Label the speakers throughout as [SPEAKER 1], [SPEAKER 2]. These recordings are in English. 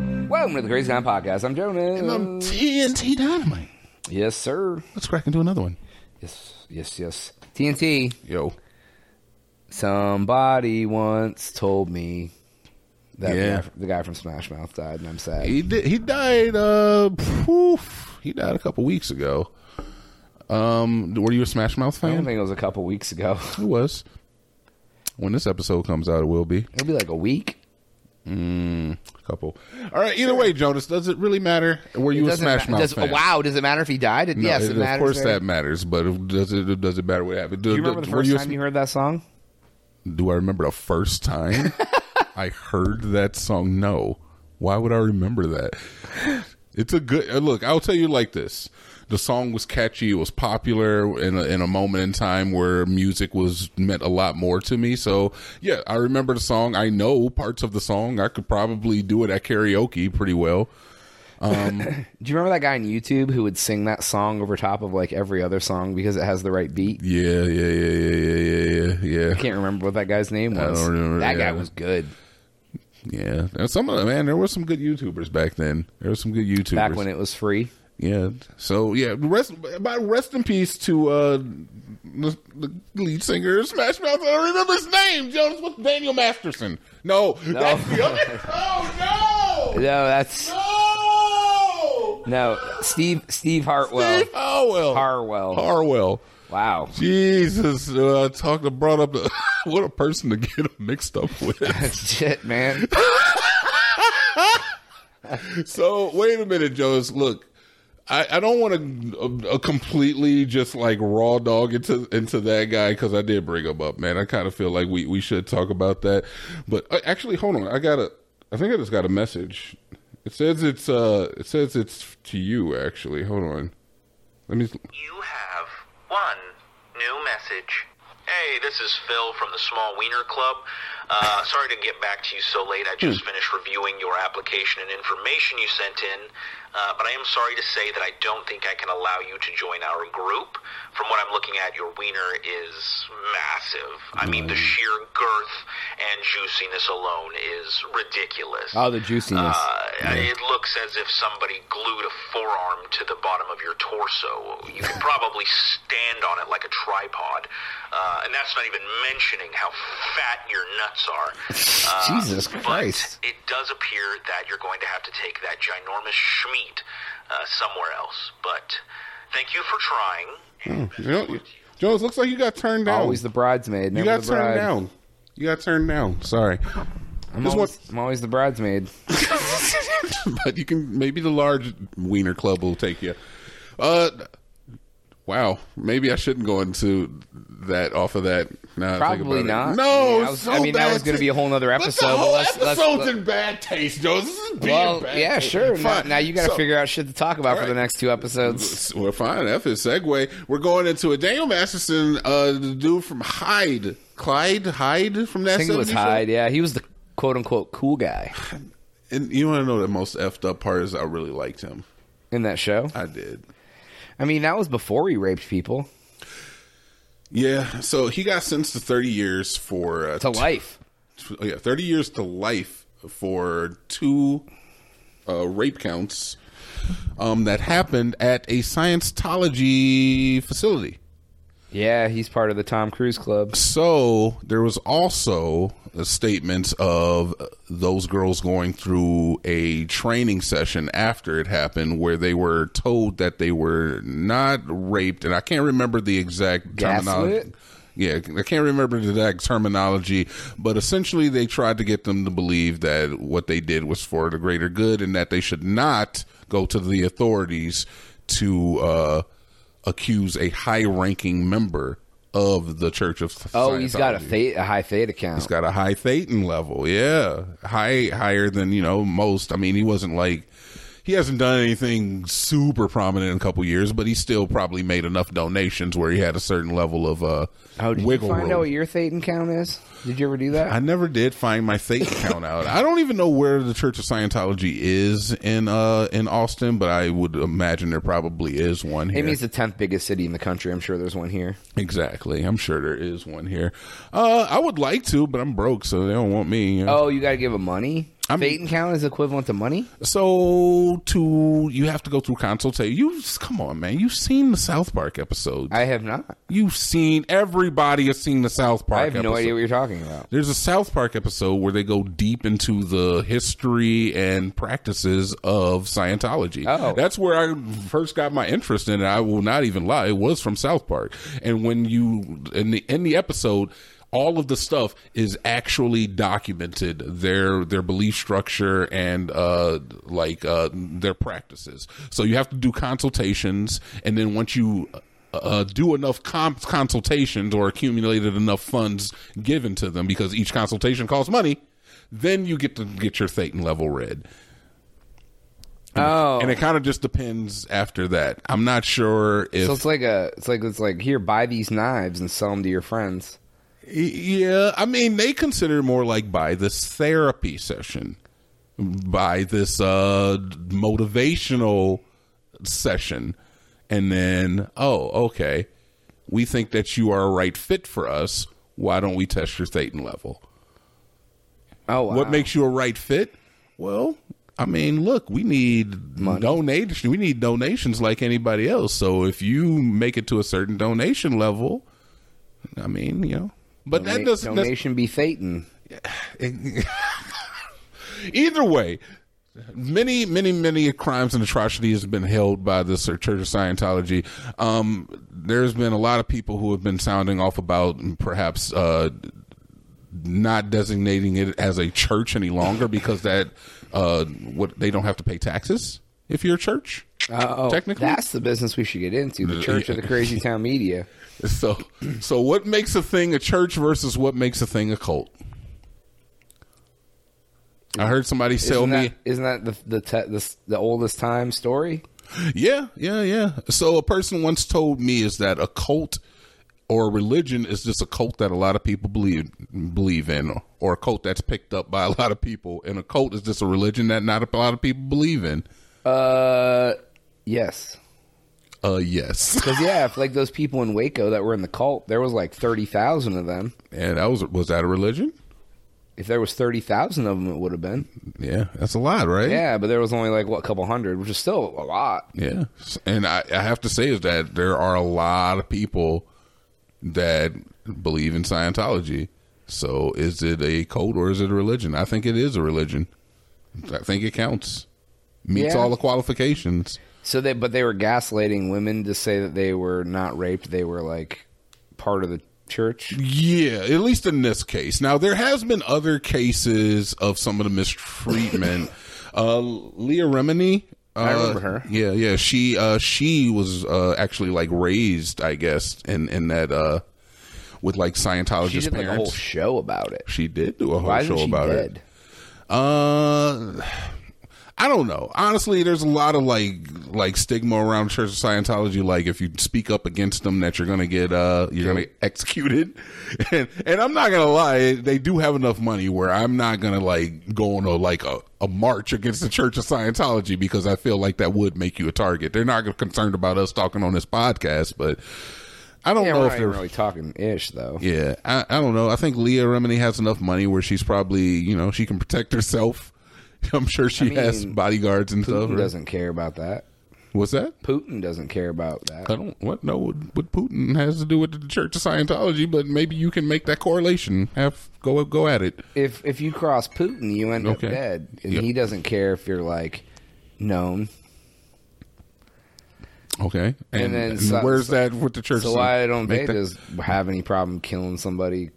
[SPEAKER 1] the Crazy Time Podcast. I'm Jonas.
[SPEAKER 2] And I'm TNT Dynamite.
[SPEAKER 1] yes, sir.
[SPEAKER 2] Let's crack into another one.
[SPEAKER 1] Yes, yes, yes. TNT.
[SPEAKER 2] Yo.
[SPEAKER 1] Somebody once told me that the
[SPEAKER 2] Yeah.
[SPEAKER 1] guy- the guy from Smash Mouth died, and I'm sad.
[SPEAKER 2] He did, he died uh poof, he died a couple weeks ago. Um were you a Smash Mouth
[SPEAKER 1] I don't
[SPEAKER 2] fan?
[SPEAKER 1] think it was a couple weeks ago.
[SPEAKER 2] It was. When this episode comes out it will be.
[SPEAKER 1] It'll be like a week.
[SPEAKER 2] A couple. All right, either way, Jonas, does it really matter? Were you
[SPEAKER 1] It
[SPEAKER 2] a
[SPEAKER 1] doesn't
[SPEAKER 2] Smash
[SPEAKER 1] ma-
[SPEAKER 2] Mouth
[SPEAKER 1] does-
[SPEAKER 2] fan?
[SPEAKER 1] Wow, does it matter if he died? It,
[SPEAKER 2] No,
[SPEAKER 1] yes,
[SPEAKER 2] it-
[SPEAKER 1] it,
[SPEAKER 2] of
[SPEAKER 1] matters.
[SPEAKER 2] course
[SPEAKER 1] very-
[SPEAKER 2] that matters, but it does it does it matter what happened?
[SPEAKER 1] Do you remember the first time you heard that song?
[SPEAKER 2] Do I remember the first time I heard that song? No. Why would I remember that? It's a good uh, look. I'll tell you like this: the song was catchy, it was popular in a, in a moment in time where music was meant a lot more to me. So yeah, I remember the song. I know parts of the song. I could probably do it at karaoke pretty well. Um,
[SPEAKER 1] Do you remember that guy on YouTube who would sing that song over top of like every other song because it has the right beat?
[SPEAKER 2] Yeah, yeah, yeah, yeah, yeah, yeah, yeah.
[SPEAKER 1] I can't remember what that guy's name
[SPEAKER 2] I
[SPEAKER 1] was.
[SPEAKER 2] don't remember
[SPEAKER 1] that guy
[SPEAKER 2] either.
[SPEAKER 1] was good
[SPEAKER 2] Yeah, and some of the man, there were some good YouTubers back then. There were some good YouTubers
[SPEAKER 1] back when it was free.
[SPEAKER 2] Yeah. So yeah, rest by rest in peace to uh the, the lead singer of Smash Mouth. I don't remember his name. Jonas with Daniel Masterson. No, that's the other. Oh
[SPEAKER 1] No,
[SPEAKER 2] no!
[SPEAKER 1] that's
[SPEAKER 2] No!
[SPEAKER 1] no Steve Steve Hartwell.
[SPEAKER 2] Steve Harwell.
[SPEAKER 1] Harwell.
[SPEAKER 2] Harwell.
[SPEAKER 1] Wow.
[SPEAKER 2] Jesus, uh, I talked to brought up the what a person to get him mixed up with.
[SPEAKER 1] Shit, man.
[SPEAKER 2] so wait a minute, Jonas. Look, I, I don't want to uh, uh, completely just like raw dog into into that guy because I did bring him up, man. I kind of feel like we we should talk about that. But uh, actually, hold on, I got a. I think I just got a message. It says it's uh, it says it's to you actually. Hold on, let me.
[SPEAKER 3] You have one new message. Hey, this is Phil from the Small Wiener Club. Uh, sorry to get back to you so late. I just finished reviewing your application and information you sent in, uh, but I am sorry to say that I don't think I can allow you to join our group. From what I'm looking at, your wiener is massive. I mean, the sheer girth and juiciness alone is ridiculous.
[SPEAKER 1] Oh, the juiciness.
[SPEAKER 3] Uh, It looks as if somebody glued a forearm to the bottom of your torso. You could probably stand on it like a tripod. Uh, and that's not even mentioning how fat your nuts are. Uh,
[SPEAKER 1] Jesus
[SPEAKER 3] but
[SPEAKER 1] Christ.
[SPEAKER 3] it does appear that you're going to have to take that ginormous schmeat uh, somewhere else. But thank you for trying.
[SPEAKER 2] You know, Jonas looks like you got turned down.
[SPEAKER 1] Always the bridesmaid.
[SPEAKER 2] you
[SPEAKER 1] Never
[SPEAKER 2] got
[SPEAKER 1] the
[SPEAKER 2] turned
[SPEAKER 1] bride.
[SPEAKER 2] down. You got turned down. Sorry.
[SPEAKER 1] I'm
[SPEAKER 2] Just
[SPEAKER 1] always,
[SPEAKER 2] want-
[SPEAKER 1] I'm always the bridesmaid.
[SPEAKER 2] but you can maybe the large wiener club will take you. Uh, wow. Maybe I shouldn't go into that off of that. Now that I think
[SPEAKER 1] Probably
[SPEAKER 2] about
[SPEAKER 1] not.
[SPEAKER 2] It. No,
[SPEAKER 1] I mean, I was-
[SPEAKER 2] so
[SPEAKER 1] I mean, that
[SPEAKER 2] bad
[SPEAKER 1] was gonna
[SPEAKER 2] ta-
[SPEAKER 1] be a whole nother
[SPEAKER 2] But
[SPEAKER 1] episode,
[SPEAKER 2] the
[SPEAKER 1] but
[SPEAKER 2] whole
[SPEAKER 1] let's- let's-
[SPEAKER 2] episode's
[SPEAKER 1] let-
[SPEAKER 2] in bad taste, Joe. This is being
[SPEAKER 1] Well,
[SPEAKER 2] bad
[SPEAKER 1] yeah,
[SPEAKER 2] taste.
[SPEAKER 1] sure. Now,
[SPEAKER 2] Fine.
[SPEAKER 1] now you got to
[SPEAKER 2] So-
[SPEAKER 1] figure out shit to talk about for
[SPEAKER 2] Alright.
[SPEAKER 1] the next two episodes.
[SPEAKER 2] Well, fine. F is segue. We're going into it. Daniel Masterson, uh, the dude from Hyde, Clyde Hyde from that.
[SPEAKER 1] I think it was
[SPEAKER 2] 70s show?
[SPEAKER 1] Hyde. Yeah, he was the quote unquote cool guy
[SPEAKER 2] And you want to know the most effed up part is I really liked him.
[SPEAKER 1] in that show.
[SPEAKER 2] I did.
[SPEAKER 1] I mean, that was before he raped people
[SPEAKER 2] Yeah, so he got sentenced to 30 years for uh,
[SPEAKER 1] to
[SPEAKER 2] t-
[SPEAKER 1] life.
[SPEAKER 2] t- yeah, 30 years to life for two uh, rape counts um, that happened at a Scientology facility.
[SPEAKER 1] Yeah, he's part of the Tom Cruise Club.
[SPEAKER 2] So there was also a statement of those girls going through a training session after it happened where they were told that they were not raped and I can't remember the exact terminology.
[SPEAKER 1] Gaslit?
[SPEAKER 2] Yeah, I can't remember the exact terminology, but essentially they tried to get them to believe that what they did was for the greater good and that they should not go to the authorities to uh, accuse a high-ranking member of the Church of
[SPEAKER 1] Oh, he's got a,
[SPEAKER 2] Scientology.
[SPEAKER 1] theta, a high theta count.
[SPEAKER 2] He's got a high Thetan level. Yeah, high higher than you know most. I mean, he wasn't like he hasn't done anything super prominent in a couple years, but he still probably made enough donations where he had a certain level of uh
[SPEAKER 1] oh, did
[SPEAKER 2] wiggle
[SPEAKER 1] you find
[SPEAKER 2] room.
[SPEAKER 1] out what your theta count is? Did you ever do that?
[SPEAKER 2] I never did find my Thetan count out. I don't even know where the Church of Scientology is in uh in Austin, but I would imagine there probably is one here.
[SPEAKER 1] It means the tenth biggest city in the country. I'm sure there's one here.
[SPEAKER 2] exactly. I'm sure there is one here. Uh I would like to, but I'm broke, so they don't want me. you know.
[SPEAKER 1] Oh, you got to give him money.
[SPEAKER 2] I mean,
[SPEAKER 1] Fate and count is equivalent to money.
[SPEAKER 2] so to you have to go through consultation. You come on, man. You've seen the South Park episode.
[SPEAKER 1] I have not.
[SPEAKER 2] You've seen everybody has seen the South Park.
[SPEAKER 1] I have no
[SPEAKER 2] episode.
[SPEAKER 1] idea what you're talking about.
[SPEAKER 2] There's a South Park episode where they go deep into the history and practices of Scientology.
[SPEAKER 1] Oh.
[SPEAKER 2] That's where I first got my interest in it. I will not even lie. It was from South Park. And when you, in the, in the episode, all of the stuff is actually documented their their belief structure and uh like uh their practices so you have to do consultations and then once you uh, do enough comp- consultations or accumulated enough funds given to them because each consultation costs money, then you get to get your Thetan level read.
[SPEAKER 1] Oh,
[SPEAKER 2] And it kind of just depends after that. I'm not sure if.
[SPEAKER 1] so it's like a, it's like it's like here, buy these knives and sell them to your friends.
[SPEAKER 2] yeah, I mean, they consider it more like by this therapy session, by this uh, motivational session. And then, oh, okay, we think that you are a right fit for us. Why don't we test your Thetan level?
[SPEAKER 1] Oh, wow.
[SPEAKER 2] What makes you a right fit? Well, I mean, look, we need donation. We need donations like anybody else. So if you make it to a certain donation level, I mean, you know, but that
[SPEAKER 1] Donate-
[SPEAKER 2] doesn't. that's-
[SPEAKER 1] donation be Thetan?
[SPEAKER 2] either way, many, many, many crimes and atrocities have been held by this Church of Scientology. Um, there's been a lot of people who have been sounding off about perhaps uh, not designating it as a church any longer because that uh, what they don't have to pay taxes if you're a church.
[SPEAKER 1] Oh,
[SPEAKER 2] technically,
[SPEAKER 1] that's the business we should get into. The Church of the Crazy Town Media.
[SPEAKER 2] so so what makes a thing a church versus what makes a thing a cult? I heard somebody sell
[SPEAKER 1] Isn't
[SPEAKER 2] me.
[SPEAKER 1] that, isn't that the the, te- the s- the oldest time story?
[SPEAKER 2] Yeah, yeah, yeah. So a person once told me is that a cult or a religion is just a cult that a lot of people believe believe in, or, a cult that's picked up by a lot of people, and a cult is just a religion that not a lot of people believe in.
[SPEAKER 1] Uh, yes.
[SPEAKER 2] Uh, yes,
[SPEAKER 1] Because yeah, if like those people in Waco that were in the cult, there was like thirty thousand of them.
[SPEAKER 2] and that was was that a religion?
[SPEAKER 1] If there was thirty thousand of them, it would have been.
[SPEAKER 2] Yeah, that's a lot, right?
[SPEAKER 1] Yeah, but there was only like what a couple hundred, which is still a lot.
[SPEAKER 2] Yeah. And I, I have to say is that there are a lot of people that believe in Scientology. So is it a cult or is it a religion? I think it is a religion. I think it counts. Meets
[SPEAKER 1] Yeah.
[SPEAKER 2] all the qualifications.
[SPEAKER 1] So they, but they were gaslighting women to say that they were not raped. They were like part of the church.
[SPEAKER 2] Yeah, at least in this case. Now there has been other cases of some of the mistreatment. uh, Leah Remini. Uh,
[SPEAKER 1] I remember her.
[SPEAKER 2] Yeah, yeah. She uh, she was uh, actually like raised, I guess, in in that uh, with like Scientologist
[SPEAKER 1] She did like
[SPEAKER 2] parents.
[SPEAKER 1] a whole show about it.
[SPEAKER 2] she did do a whole
[SPEAKER 1] Why
[SPEAKER 2] show
[SPEAKER 1] isn't she
[SPEAKER 2] about
[SPEAKER 1] dead?
[SPEAKER 2] it. Uh, I don't know. Honestly, there's a lot of like like stigma around Church of Scientology. Like if you speak up against them, that you're gonna get uh you're gonna get executed. And and I'm not gonna lie, they do have enough money where I'm not gonna like go on a like a, a march against the Church of Scientology because I feel like that would make you a target. They're not concerned about us talking on this podcast, but I don't
[SPEAKER 1] Yeah,
[SPEAKER 2] know
[SPEAKER 1] we're
[SPEAKER 2] if
[SPEAKER 1] not
[SPEAKER 2] they're
[SPEAKER 1] even really talking ish though.
[SPEAKER 2] yeah, I, I don't know. I think Leah Remini has enough money where she's probably, you know, she can protect herself. I'm sure she has
[SPEAKER 1] mean,
[SPEAKER 2] bodyguards and stuff.
[SPEAKER 1] Putin
[SPEAKER 2] right?
[SPEAKER 1] doesn't care about that.
[SPEAKER 2] What's that?
[SPEAKER 1] Putin doesn't care about that.
[SPEAKER 2] I don't what know what, what Putin has to do with the Church of Scientology, but maybe you can make that correlation. Have go go at it.
[SPEAKER 1] If if you cross Putin, you end
[SPEAKER 2] Okay.
[SPEAKER 1] up dead, and
[SPEAKER 2] Yeah.
[SPEAKER 1] he doesn't care if you're like known.
[SPEAKER 2] Okay, and,
[SPEAKER 1] then
[SPEAKER 2] and
[SPEAKER 1] so-
[SPEAKER 2] where's that with the Church?
[SPEAKER 1] So
[SPEAKER 2] of-
[SPEAKER 1] why don't
[SPEAKER 2] make
[SPEAKER 1] they
[SPEAKER 2] that-
[SPEAKER 1] just have any problem killing somebody?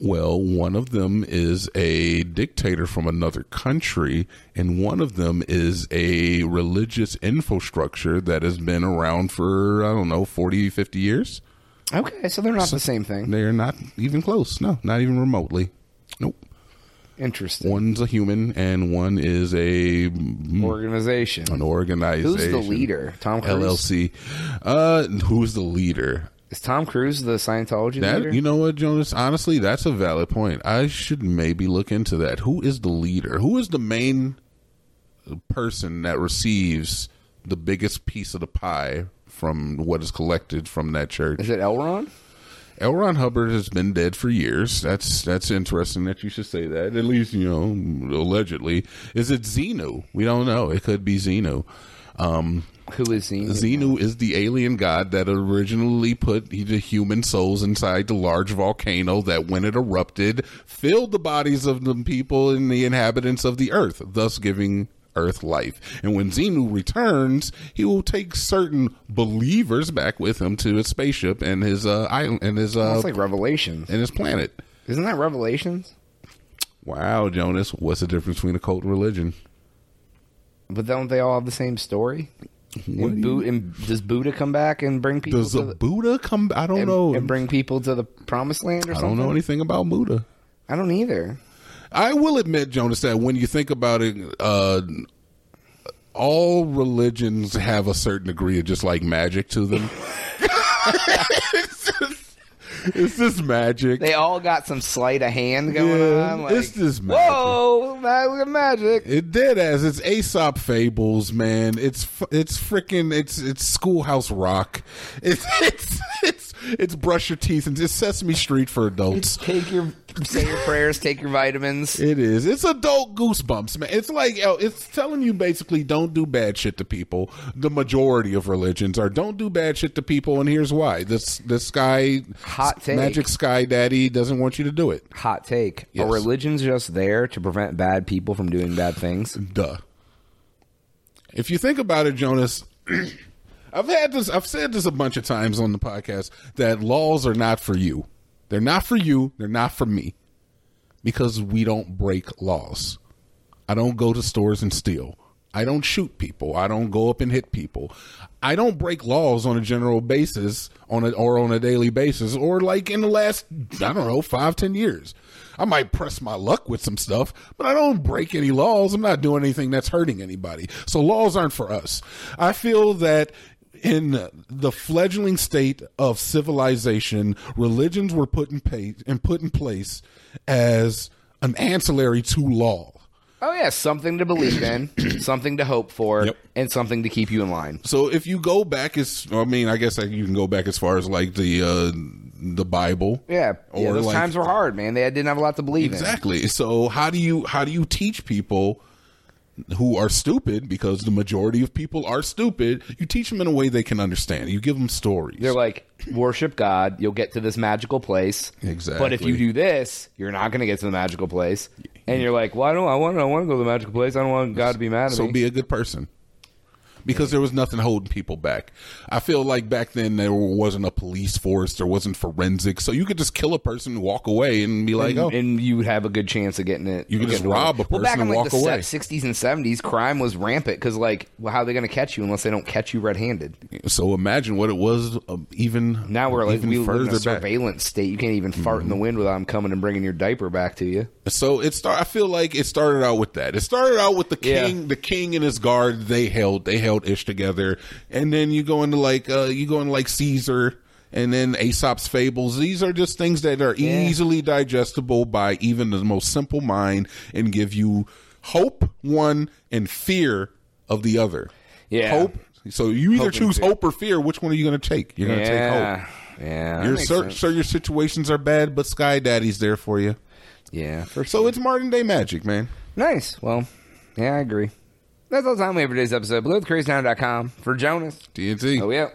[SPEAKER 2] Well, one of them is a dictator from another country, and one of them is a religious infrastructure that has been around for, I don't know, 40, 50 years.
[SPEAKER 1] Okay, so they're not the same thing.
[SPEAKER 2] They're not even close. No, not even remotely. Nope.
[SPEAKER 1] Interesting
[SPEAKER 2] One's a human, and one is a mm,
[SPEAKER 1] organization.
[SPEAKER 2] an organization.
[SPEAKER 1] Who's the leader? Tom Cruise.
[SPEAKER 2] LLC. Uh, who's the leader?
[SPEAKER 1] Is Tom Cruise the Scientology leader?
[SPEAKER 2] That you know what, Jonas? Honestly, that's a valid point. I should maybe look into that. Who is the leader? Who is the main person that receives the biggest piece of the pie from what is collected from that church?
[SPEAKER 1] Is it Elron?
[SPEAKER 2] L. Ron Hubbard has been dead for years. That's that's interesting that you should say that. At least you know allegedly. Is it Xenu? We don't know. It could be Xenu. Um,
[SPEAKER 1] Who is Xenu?
[SPEAKER 2] Xenu is the alien god that originally put the human souls inside the large volcano that, when it erupted, filled the bodies of the people and the inhabitants of the earth, thus giving earth life. And when Xenu returns, he will take certain believers back with him to his spaceship and his uh, island and his uh,
[SPEAKER 1] That's like Revelations.
[SPEAKER 2] and his planet.
[SPEAKER 1] Isn't that Revelations?
[SPEAKER 2] Wow, Jonas, what's the difference between a cult and religion?
[SPEAKER 1] But don't they all have the same story?
[SPEAKER 2] What do
[SPEAKER 1] And, Bu- and does Buddha come back and bring people
[SPEAKER 2] Does
[SPEAKER 1] to
[SPEAKER 2] a
[SPEAKER 1] the,
[SPEAKER 2] Buddha come? I don't
[SPEAKER 1] and,
[SPEAKER 2] know.
[SPEAKER 1] and bring people to the promised land or
[SPEAKER 2] I
[SPEAKER 1] something?
[SPEAKER 2] don't know anything about Buddha.
[SPEAKER 1] I don't either.
[SPEAKER 2] I will admit, Jonas, that when you think about it, uh, all religions have a certain degree of just like magic to them. it's, just, it's just magic.
[SPEAKER 1] They all got some sleight of hand going
[SPEAKER 2] Yeah,
[SPEAKER 1] on. Like,
[SPEAKER 2] it's just magic.
[SPEAKER 1] whoa, that was magic.
[SPEAKER 2] It did as it's Aesop Fables, man. It's f- it's freaking it's it's Schoolhouse Rock. It's it's it's it's Brush Your Teeth and it's Sesame Street for adults.
[SPEAKER 1] Take your say your prayers, take your vitamins.
[SPEAKER 2] It is. It's adult goosebumps, man. It's like yo, it's telling you basically don't do bad shit to people. The majority of religions are don't do bad shit to people, and here's why. This this guy,
[SPEAKER 1] Hot take.
[SPEAKER 2] magic sky daddy, doesn't want you to do it.
[SPEAKER 1] Hot take:
[SPEAKER 2] Yes.
[SPEAKER 1] Are religions just there to prevent bad people from doing bad things?
[SPEAKER 2] Duh. If you think about it, Jonas, I've had this. I've said this a bunch of times on the podcast that laws are not for you. They're not for you. They're not for me, because we don't break laws. I don't go to stores and steal. I don't shoot people. I don't go up and hit people. I don't break laws on a general basis, on a, or on a daily basis, or like in the last I don't know five ten years. I might press my luck with some stuff, but I don't break any laws. I'm not doing anything that's hurting anybody. So laws aren't for us. I feel that in the fledgling state of civilization, religions were put in pa- and put in place as an ancillary to law.
[SPEAKER 1] Oh yeah, something to believe in, something to hope for,
[SPEAKER 2] Yep.
[SPEAKER 1] and something to keep you in line.
[SPEAKER 2] So if you go back as I mean, I guess like you can go back as far as like the uh the Bible.
[SPEAKER 1] Yeah, yeah.
[SPEAKER 2] Or
[SPEAKER 1] Those
[SPEAKER 2] like-
[SPEAKER 1] times were hard, man. They didn't have a lot to believe in.
[SPEAKER 2] Exactly. So how do you how do you teach people who are stupid because the majority of people are stupid, you teach them in a way they can understand. You give them stories.
[SPEAKER 1] They're like, worship God, you'll get to this magical place. But if
[SPEAKER 2] Exactly.
[SPEAKER 1] you do this, you're not going to get to the magical place. And you're like, well, I don't, I want, I want to go to the magical place. I don't want God to be mad at
[SPEAKER 2] so
[SPEAKER 1] me.
[SPEAKER 2] be a good person. Because there was nothing holding people back. I feel like back then there wasn't a police force, there wasn't forensics, so you could just kill a person, walk away, and be like,
[SPEAKER 1] and,
[SPEAKER 2] "Oh,
[SPEAKER 1] and you would have a good chance of getting it.
[SPEAKER 2] You can
[SPEAKER 1] of
[SPEAKER 2] just
[SPEAKER 1] getting away.
[SPEAKER 2] rob a
[SPEAKER 1] Well, back
[SPEAKER 2] person
[SPEAKER 1] in
[SPEAKER 2] and
[SPEAKER 1] like
[SPEAKER 2] walk away.
[SPEAKER 1] the sixties and seventies, crime was rampant because, like, well, how are they going to catch you unless they don't catch you red-handed?
[SPEAKER 2] So imagine what it was um, even
[SPEAKER 1] Now we're like
[SPEAKER 2] even
[SPEAKER 1] we live in a
[SPEAKER 2] further back. Mm-hmm.
[SPEAKER 1] surveillance state. You can't even fart in the wind without them coming and bringing your diaper back to you.
[SPEAKER 2] So it start. I feel like it started out with that. It started out with the
[SPEAKER 1] Yeah.
[SPEAKER 2] king, the king and his guard. They held they held Ish together, and then you go into like uh, you go into like Caesar, and then Aesop's fables. These are just things that are
[SPEAKER 1] Yeah.
[SPEAKER 2] easily digestible by even the most simple mind, and give you hope one and fear of the other.
[SPEAKER 1] Yeah.
[SPEAKER 2] hope. So you either
[SPEAKER 1] Hope and
[SPEAKER 2] choose
[SPEAKER 1] fear.
[SPEAKER 2] hope or fear. Which one are you going to take? You're going to take hope.
[SPEAKER 1] Yeah, yeah. that
[SPEAKER 2] Your
[SPEAKER 1] makes
[SPEAKER 2] sir,
[SPEAKER 1] sense.
[SPEAKER 2] sir, your situations are bad, but Sky Daddy's there for you.
[SPEAKER 1] yeah. for
[SPEAKER 2] So it's modern day magic, man.
[SPEAKER 1] Nice. Well, yeah, I agree. That's all the time we have for today's episode. BlueWithCrazyTown.com for Jonas.
[SPEAKER 2] TNT.
[SPEAKER 1] Oh, yeah.